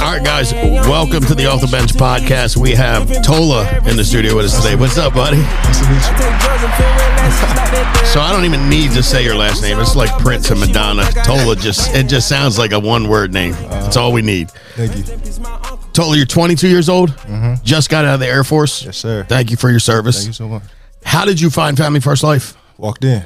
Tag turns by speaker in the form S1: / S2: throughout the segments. S1: All right, guys, welcome to the Off the Bench podcast. We have Tola in the studio with us today. What's up, buddy? So I don't even need to say your last name. It's like Prince and Madonna. Tola just it just sounds like a one word name. That's all we need.
S2: Thank you.
S1: Tola, you're 22 years old. Just got out of the Air Force.
S2: Yes, sir.
S1: Mm-hmm. Thank you for your
S2: Thank
S1: service.
S2: you so much.
S1: How did you find Family First Life?
S2: Walked in.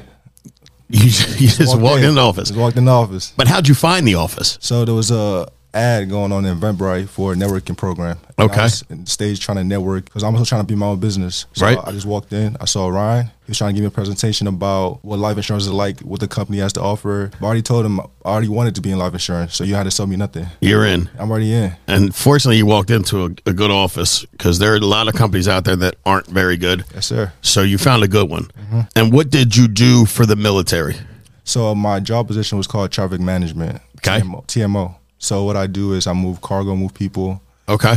S1: You, just- you just walked, in the office.
S2: Just walked in the office.
S1: But how'd you find the office?
S2: So there was a ad going on in Eventbrite for a networking program. And
S1: Okay.
S2: I was in the stage trying to network because I'm also trying to be my own business. So
S1: Right.
S2: I just walked in. I saw Ryan. He was trying to give me a presentation about what life insurance is like, what the company has to offer. I already told him I already wanted to be in life insurance, so you had to sell me nothing.
S1: You're in.
S2: I'm already in.
S1: And fortunately, you walked into a, a good office because there are a lot of companies out there that aren't very good.
S2: Yes, sir.
S1: So you found a good one.
S2: Mm-hmm.
S1: And what did you do for the military?
S2: So my job position was called traffic management.
S1: Okay.
S2: TMO. TMO. So what I do is I move cargo, move people.
S1: Okay.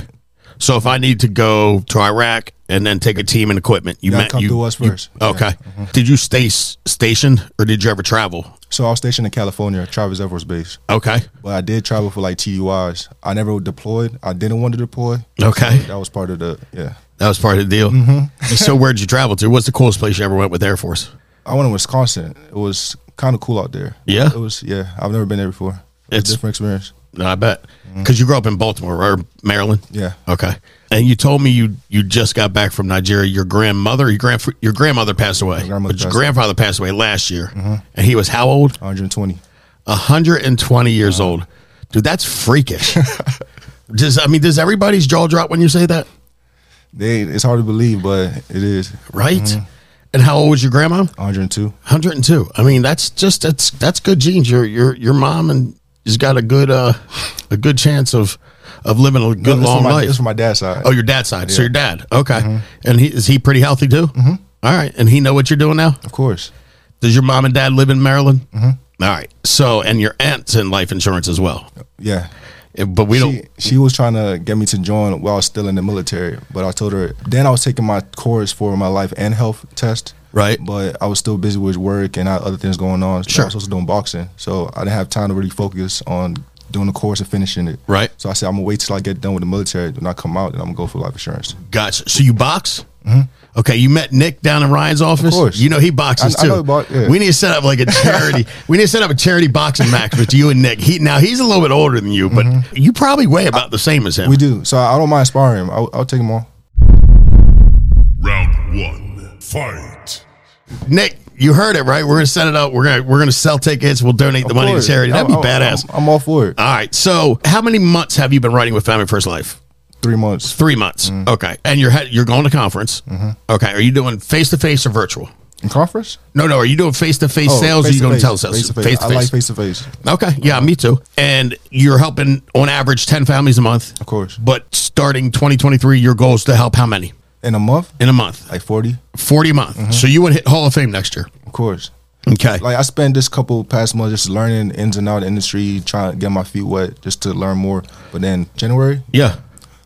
S1: So if I need to go to Iraq and then take a team and equipment, you
S2: You gotta
S1: met
S2: come
S1: you.
S2: through us first. Mm-hmm.
S1: okay. Did you stay s- stationed or did you ever travel?
S2: So I was stationed in California, Travis Air Force Base.
S1: Okay.
S2: But I did travel for like TUIs. I never deployed. I didn't want to deploy.
S1: Okay.
S2: That was part of the yeah.
S1: That was part of the deal.
S2: Mm-hmm.
S1: so where'd you travel to? What's the coolest place you ever went with Air Force?
S2: I went to Wisconsin. It was kind of cool out there.
S1: Yeah?
S2: It was yeah. I've never been there before. It was
S1: It's-
S2: a different experience.
S1: No, I bet. Because you grew up in Baltimore or Maryland.
S2: Mm-hmm. Yeah.
S1: Okay. And you told me you you just got back from Nigeria. Your grandmother, your grand, your grandmother passed away.
S2: grandmother
S1: but your
S2: passed Mm-hmm.
S1: grandfather passed away last year, and he was how old?
S2: 120.
S1: 120 years old. Dude, that's freakish. does I mean, does everybody's jaw drop when you say that?
S2: They it's hard to believe, but it is
S1: Right. And how old was your grandma?
S2: 102.
S1: 102. I mean, that's just that's that's good genes. Your your your mom and has got a good uh a good chance of of living a good
S2: It's
S1: long
S2: from my,
S1: life.
S2: It's from my dad's side.
S1: Oh, your dad's side. So your dad. Okay. And he is he pretty healthy too? Mm-hmm. right. And he know what you're doing now?
S2: of course.
S1: Does your mom and dad live in Maryland? Mm-hmm. right. So and your aunt's in life insurance as well.
S2: Yeah.
S1: Eh, But we
S2: She, she was trying to get me to join while I was still in the military, but I told her then I was taking my course for my life and health test.
S1: Right.
S2: But I was still busy with work and I had other things going on.
S1: Sure.
S2: I was also doing boxing. So I didn't have time to really focus on doing the course and finishing it.
S1: Right.
S2: So I said, I'm going to wait till I get done with the military. When I come out, then I'm going to go for life insurance.
S1: don't gotcha. So you box? Mm-hmm. Okay, you met Nick down in Ryan's office.
S2: course.
S1: You know he boxes
S2: I- I
S1: too.
S2: know he bo- yeah.
S1: We need to set up like a charity. we need to set up a charity boxing match with you and Nick. He now he's a little bit older than you, but you probably weigh about the same as him.
S2: Mm-hmm. We do. So I don't mind sparring him. I'll, I'll take him on.
S3: Round one, fight.
S1: Nick, you heard it right. We're gonna set it up. We're gonna we're gonna sell tickets. We'll donate the money to charity.
S2: Oh,
S1: That'd be badass. Uh,
S2: I'm, I'm all for it.
S1: All right. So, how many months have you been writing with Family First Life?
S2: Three months.
S1: Three months.
S2: Mm.
S1: Okay. And you're head- you're going to conference.
S2: Mm-hmm.
S1: Okay. Are you doing face to face or virtual?
S2: In conference?
S1: No, no. Are you doing face to face sales? Or are you going to tell sales?
S2: Face to face. Oh, I like face to face.
S1: Okay. Yeah, me too. And you're helping on average ten families a month.
S2: Of course.
S1: But starting 2023, your goal is to help how many
S2: In a month?
S1: in a month?
S2: Like 40?
S1: Forty a month. So you would hit Hall of Fame next year.
S2: Of course.
S1: Okay.
S2: Mm-hmm. like I spent this couple past months just learning ins and out of the industry, trying to get my feet wet just to learn more. But then January,
S1: yeah.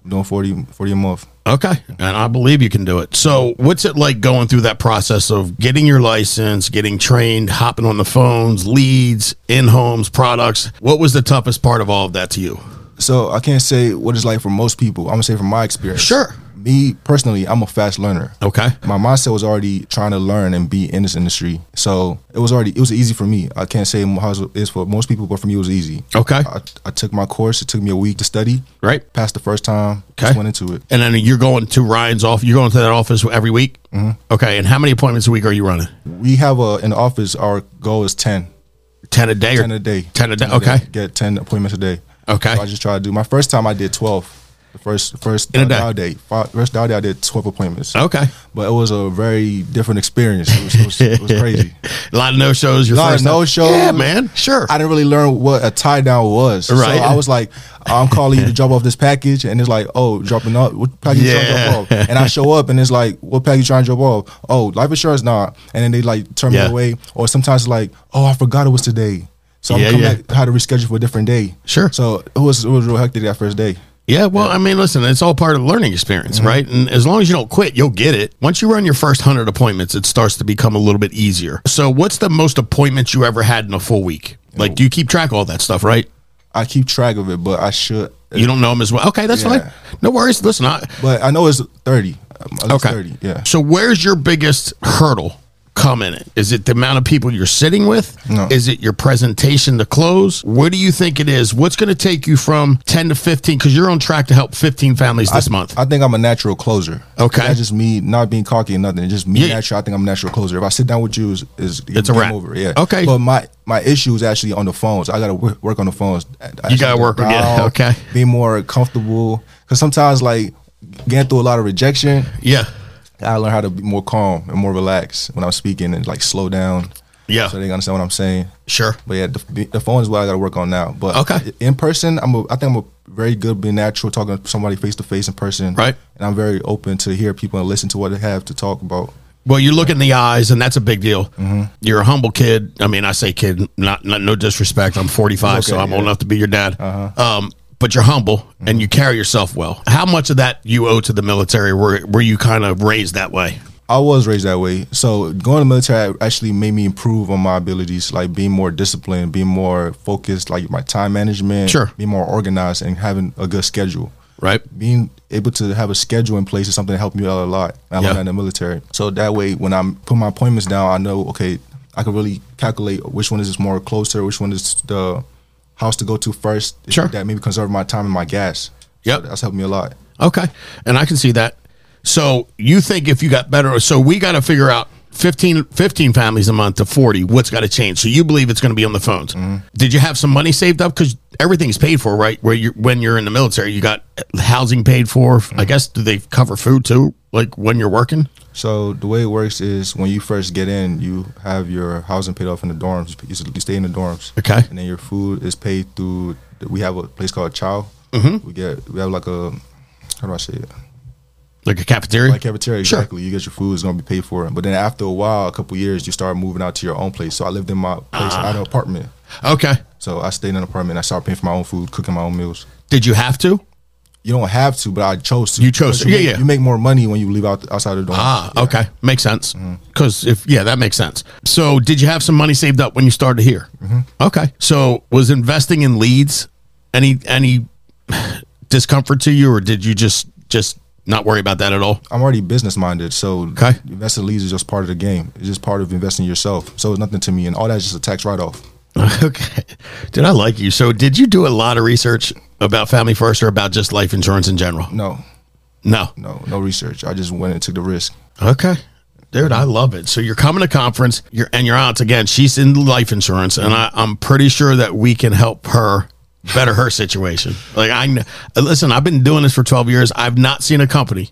S2: I'm doing 40, 40 a month.
S1: Okay. And I believe you can do it. So, what's it like going through that process of getting your license, getting trained, hopping on the phones, leads, in homes, products? What was the toughest part of all of that to you?
S2: So I can't say what it's like for most people. I'm gonna say from my experience.
S1: Sure.
S2: Me personally, I'm a fast learner.
S1: Okay.
S2: My mindset was already trying to learn and be in this industry, so it was already it was easy for me. I can't say how it is for most people, but for me it was easy.
S1: Okay.
S2: I, I took my course. It took me a week to study.
S1: Right.
S2: Passed the first time.
S1: Okay.
S2: Just went into it.
S1: And then you're going to Ryan's office, you're going to that office every week?
S2: Mm-hmm.
S1: Okay. And how many appointments a week are you running?
S2: We have a in the office. Our goal is ten.
S1: 10 a day? Or,
S2: 10 a day.
S1: 10 a day.
S2: a
S1: Okay.
S2: Get 10 appointments a day.
S1: Okay.
S2: So I just try to do my first time I did 12. The first first
S1: In a
S2: uh,
S1: day. Oh.
S2: dial day. Fi- First dial day I did 12 appointments.
S1: Okay.
S2: But it was a very different experience. It was, it was, it was crazy.
S1: A lot of no shows. Your
S2: Lot of
S1: first time-
S2: no-shows.
S1: Yeah, man. Sure.
S2: I didn't really learn what a tie down was.
S1: Right.
S2: So I was like, I'm calling you to drop off this package. And it's like, oh, dropping off. What package you trying
S1: Yeah.
S2: to drop off? And I show up and it's like, what package you trying to drop off? Oh, life insurance? Nah. And then they like turn
S1: Yeah.
S2: me away. Or sometimes it's like, oh, I forgot it was today. So I'm
S1: Yeah,
S2: coming
S1: yeah.
S2: back, had to reschedule for a different day.
S1: Sure.
S2: So it was, it was real hectic that first day.
S1: Yeah, well, I mean, listen, it's all part of the learning experience, right? And as long as you don't quit, you'll get it. Once you run your first 100 appointments, it starts to become a little bit easier. So, what's the most appointments you ever had in a full week? Like, do you keep track of all that stuff, right?
S2: I keep track of it, but I should.
S1: You don't know him as well. Okay, that's
S2: Yeah.
S1: fine. No worries. Listen, I,
S2: But I know it's thirty. Um, at least
S1: okay.
S2: thirty. Yeah.
S1: So where's your biggest hurdle coming in? Is it the amount of people you're sitting with?
S2: No.
S1: Is it your presentation to close? Where do you think it is? What's going to take you from 10 to 15? Because you're on track to help 15 families this month.
S2: I think I'm a natural closer.
S1: Okay.
S2: That's just me not being cocky and nothing. It's just me
S1: Yeah.
S2: natural. I think I'm a natural closer. If I sit down with you, is is
S1: It's a
S2: game
S1: wrap.
S2: over. Yeah.
S1: Okay.
S2: But my my issue is actually on the phones. I gotta work, work on the phones. I- I
S1: You gotta
S2: actually
S1: work on- yeah,
S2: dial,
S1: okay.
S2: Be more comfortable because sometimes like getting through a lot of rejection,
S1: yeah.
S2: I learn how to be more calm and more relaxed when I'm speaking and like slow down.
S1: Yeah.
S2: So they understand what I'm saying.
S1: Sure.
S2: But yeah, the, the phone is what I got to work on now. But
S1: Okay.
S2: in person, I'm a, I think I'm a very good, being natural, talking to somebody face to face in person.
S1: Right.
S2: And I'm very open to hear people and listen to what they have to talk about.
S1: Well, you look in the eyes, and that's a big deal.
S2: Mm-hmm.
S1: You're a humble kid. I mean, I say kid, not, not no disrespect. I'm 45, so
S2: Okay,
S1: I'm
S2: yeah.
S1: old enough to be your dad.
S2: Uh-huh.
S1: Um, but you're humble
S2: Mm-hmm.
S1: and you carry yourself well. How much of that you owe to the military? Were were you kind of raised that way?
S2: I was raised that way. So going to the military actually made me improve on my abilities, like being more disciplined, being more focused, like my time management,
S1: Sure.
S2: being more organized and having a good schedule.
S1: Right.
S2: being able to have a schedule in place is something that helped me out a lot. I
S1: Yeah.
S2: learned that in the military. So that way, when I'm put my appointments down, I know okay, I can really calculate which one is more closer, which one is the house to go to first.
S1: Sure.
S2: That maybe conserve my time and my gas.
S1: Yep.
S2: that's helped me a lot.
S1: Okay. And I can see that. So you think if you got better, so we got to figure out 15, 15 families a month to 40, what's got to change. So you believe it's going to be on the phones.
S2: Mm-hmm.
S1: Did you have some money saved up? Cause everything's paid for, right? Where you, when you're in the military, you got housing paid for,
S2: Mm-hmm.
S1: I guess, do they cover food too? Like when you're working?
S2: So the way it works is when you first get in, you have your housing paid off in the dorms. You s- You stay in the dorms.
S1: Okay.
S2: And then your food is paid through. We have a place called Chow.
S1: Mm-hmm.
S2: We get we have like a how do I say it?
S1: Like a cafeteria?
S2: Like cafeteria,
S1: Sure.
S2: exactly. You get your food, it's gonna be paid for. But then after a while, a couple years, you start moving out to your own place. So I lived in my place,
S1: Ah.
S2: I had an apartment.
S1: okay.
S2: So I stayed in an apartment. and I started paying for my own food, cooking my own meals.
S1: Did you have to?
S2: You don't have to, but I chose to.
S1: You chose
S2: But
S1: to.
S2: You
S1: Yeah,
S2: make,
S1: yeah.
S2: You make more money when you leave out outside the dorm.
S1: Ah, okay. Makes sense. Because if, yeah, that makes sense. So, did you have some money saved up when you started here? Okay. So, was investing in leads any, any discomfort to you, or did you just, just not worry about that at all?
S2: I'm already business minded, so
S1: Okay.
S2: investing in leads is just part of the game. It's just part of investing in yourself. So it's nothing to me, and all that's just a tax write off.
S1: Okay. Did I like you? So, did you do a lot of research about Family First or about just life insurance in general?
S2: No,
S1: No.
S2: no, no research. I just went and took the risk.
S1: Okay. Dude, I love it. So you're coming to conference, you're and your aunt again, she's in life insurance, and I, I'm pretty sure that we can help her better her situation. Like I kn- listen, I've been doing this for 12 years. I've not seen a company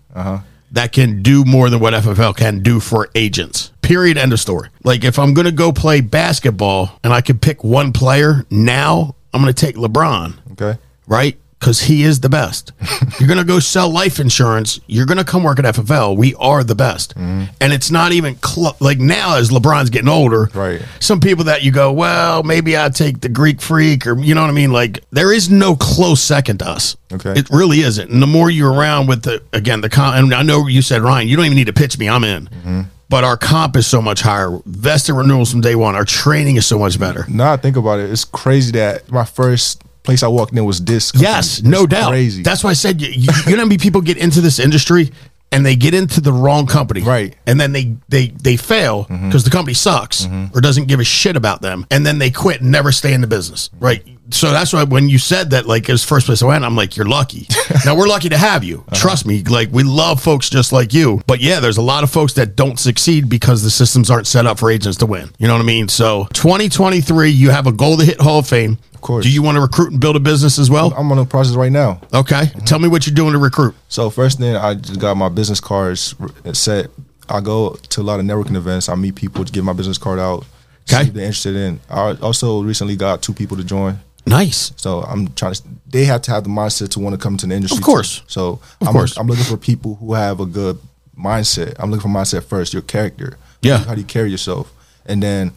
S1: that can do more than what FFL can do for agents. Period. End of story. Like if I'm gonna go play basketball and I can pick one player now, I'm gonna take LeBron
S2: Okay.
S1: right? Because he is the best. you're going to go sell life insurance. You're going to come work at FFL. We are the best.
S2: Mm-hmm.
S1: And it's not even close. Like now, as LeBron's getting older,
S2: Right.
S1: some people that you go, well, maybe I take the Greek freak or, you know what I mean? Like there is no close second to us.
S2: Okay.
S1: It really isn't. And the more you're around with the, again, the con, and I know you said, Ryan, you don't even need to pitch me. I'm in.
S2: Mm-hmm.
S1: But our comp is so much higher. Vested renewals from day one. Our training is so much better.
S2: Now I think about it, it's crazy that my first place I walked in was this. company.
S1: Yes, no
S2: It's
S1: doubt.
S2: Crazy.
S1: That's why I said you, you, you know how many people get into this industry and they get into the wrong company,
S2: Right. Mm-hmm.
S1: And then they they they fail because the company sucks or doesn't give a shit about them, and then they quit and never stay in the business, right? So that's why when you said that, like it was first place I went, I'm like, you're lucky. now we're lucky to have you.
S2: Uh-huh.
S1: Trust me, like we love folks just like you. But yeah, there's a lot of folks that don't succeed because the systems aren't set up for agents to win. You know what I mean? So 2023, you have a goal to hit Hall of Fame. Of
S2: course.
S1: Do you want to recruit and build a business as well?
S2: I'm on the process right now.
S1: Okay. Tell me what you're doing to recruit.
S2: So first thing, I just got my business cards r- set. I go to a lot of networking events. I meet people to get my business card out. see
S1: Okay.
S2: if they're interested in. I also recently got two people to join.
S1: Nice.
S2: So I'm trying to. They have to have the mindset to want to come to the industry.
S1: Of course.
S2: too. So
S1: Of
S2: I'm,
S1: course.
S2: I'm looking for people who have a good mindset. I'm looking for mindset first. Your character.
S1: Yeah.
S2: How do you carry yourself? And then,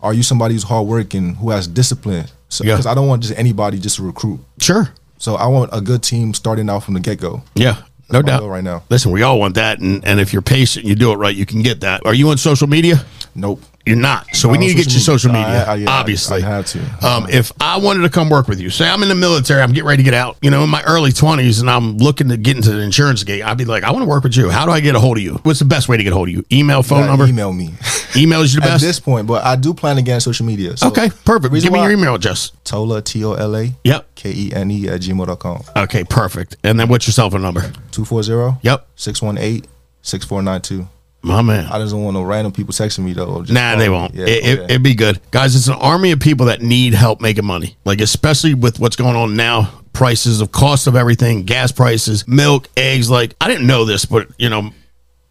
S2: are you somebody who's hardworking, who has discipline? So
S1: Yeah.
S2: Because I don't want just anybody just to recruit.
S1: Sure.
S2: So I want a good team starting out from the get go.
S1: Yeah. No
S2: my
S1: doubt.
S2: goal right now.
S1: Listen, we all want that. And, and if you're patient, you do it right, you can get that. Are you on social media?
S2: Nope.
S1: You're not. So we
S2: I'm on
S1: need to get you social
S2: social
S1: media,
S2: media. I- I- yeah, I-
S1: obviously.
S2: I had to. Uh-huh.
S1: Um, if I wanted to come work with you, say I'm in the military, I'm getting ready to get out, you know, in my early 20s, and I'm looking to get into the insurance gate, I'd be like, I want to work with you. How do I get a hold of you? What's the best way to get a hold of you? Email, phone
S2: Gotta
S1: number?
S2: Email me.
S1: Email is your
S2: At
S1: best.
S2: this point, but I do plan to get on social media. So
S1: okay, perfect.
S2: Reason
S1: Give me
S2: why-
S1: your email address.
S2: Tola, T O L A,
S1: Yep.
S2: K E N E at gmail.com.
S1: Okay, perfect. And then what's your cell phone number?
S2: 240
S1: Yep.
S2: 618 6492.
S1: My man.
S2: I just don't want no random people texting me though. Just
S1: Nah,
S2: call
S1: they
S2: me.
S1: won't.
S2: Yeah,
S1: it, it,
S2: okay.
S1: It'd be good, guys. It's an army of people that need help making money, like especially with what's going on now. Prices of cost of everything, gas prices, milk, eggs. Like I didn't know this, but you know,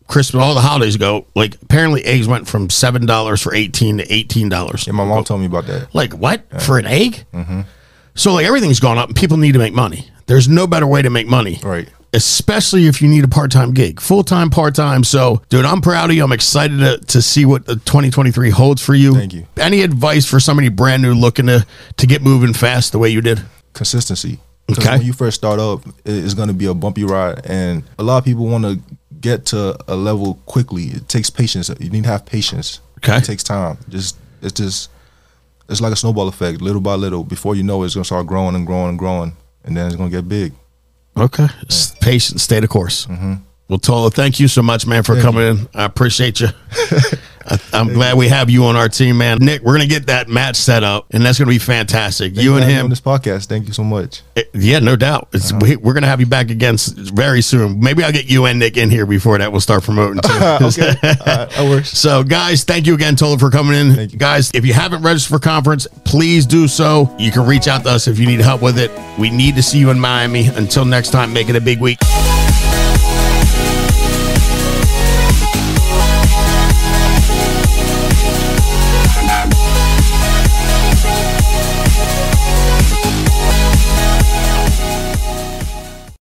S1: Christmas, all the holidays ago, like apparently eggs went from seven dollars for eighteen to eighteen dollars.
S2: yeah, my mom told me about that.
S1: Like what for an egg?
S2: Mm-hmm.
S1: So like everything's gone up, and people need to make money. There's no better way to make money,
S2: Right.
S1: Especially if you need a part time gig, full time, part time. So, dude, I'm proud of you. I'm excited to, to see what the 2023 holds for you.
S2: Thank you.
S1: Any advice for somebody brand new looking to to get moving fast the way you did?
S2: Consistency. 'Cause
S1: Okay.
S2: When you first start up, it- it's going to be a bumpy ride, and a lot of people want to get to a level quickly. It takes patience. You need to have patience.
S1: Okay.
S2: It takes time. Just it's just it's like a snowball effect, little by little. Before you know it, it's going to start growing and growing and growing, and then it's going to get big.
S1: Okay. S- Patient, stay the course.
S2: Mm-hmm.
S1: Well, Tola, thank you so much, man, for coming in. I appreciate you. I, I'm glad we have you on our team, man. Nick, we're going to get that match set up, and that's going to be fantastic.
S2: Thank
S1: you and
S2: for having me on
S1: him.
S2: this podcast. Thank you so much.
S1: eh, yeah, no doubt. It's, we, we're going to have you back again s- very soon. Maybe I'll get you and Nick in here before that. We'll start promoting too.
S2: okay, All right, that works.
S1: So, guys, thank you again, Tola, for coming in.
S2: Thank you.
S1: Guys, if you haven't registered for conference, please do so. You can reach out to us if you need help with it. We need to see you in Miami. Until next time, make it a big week.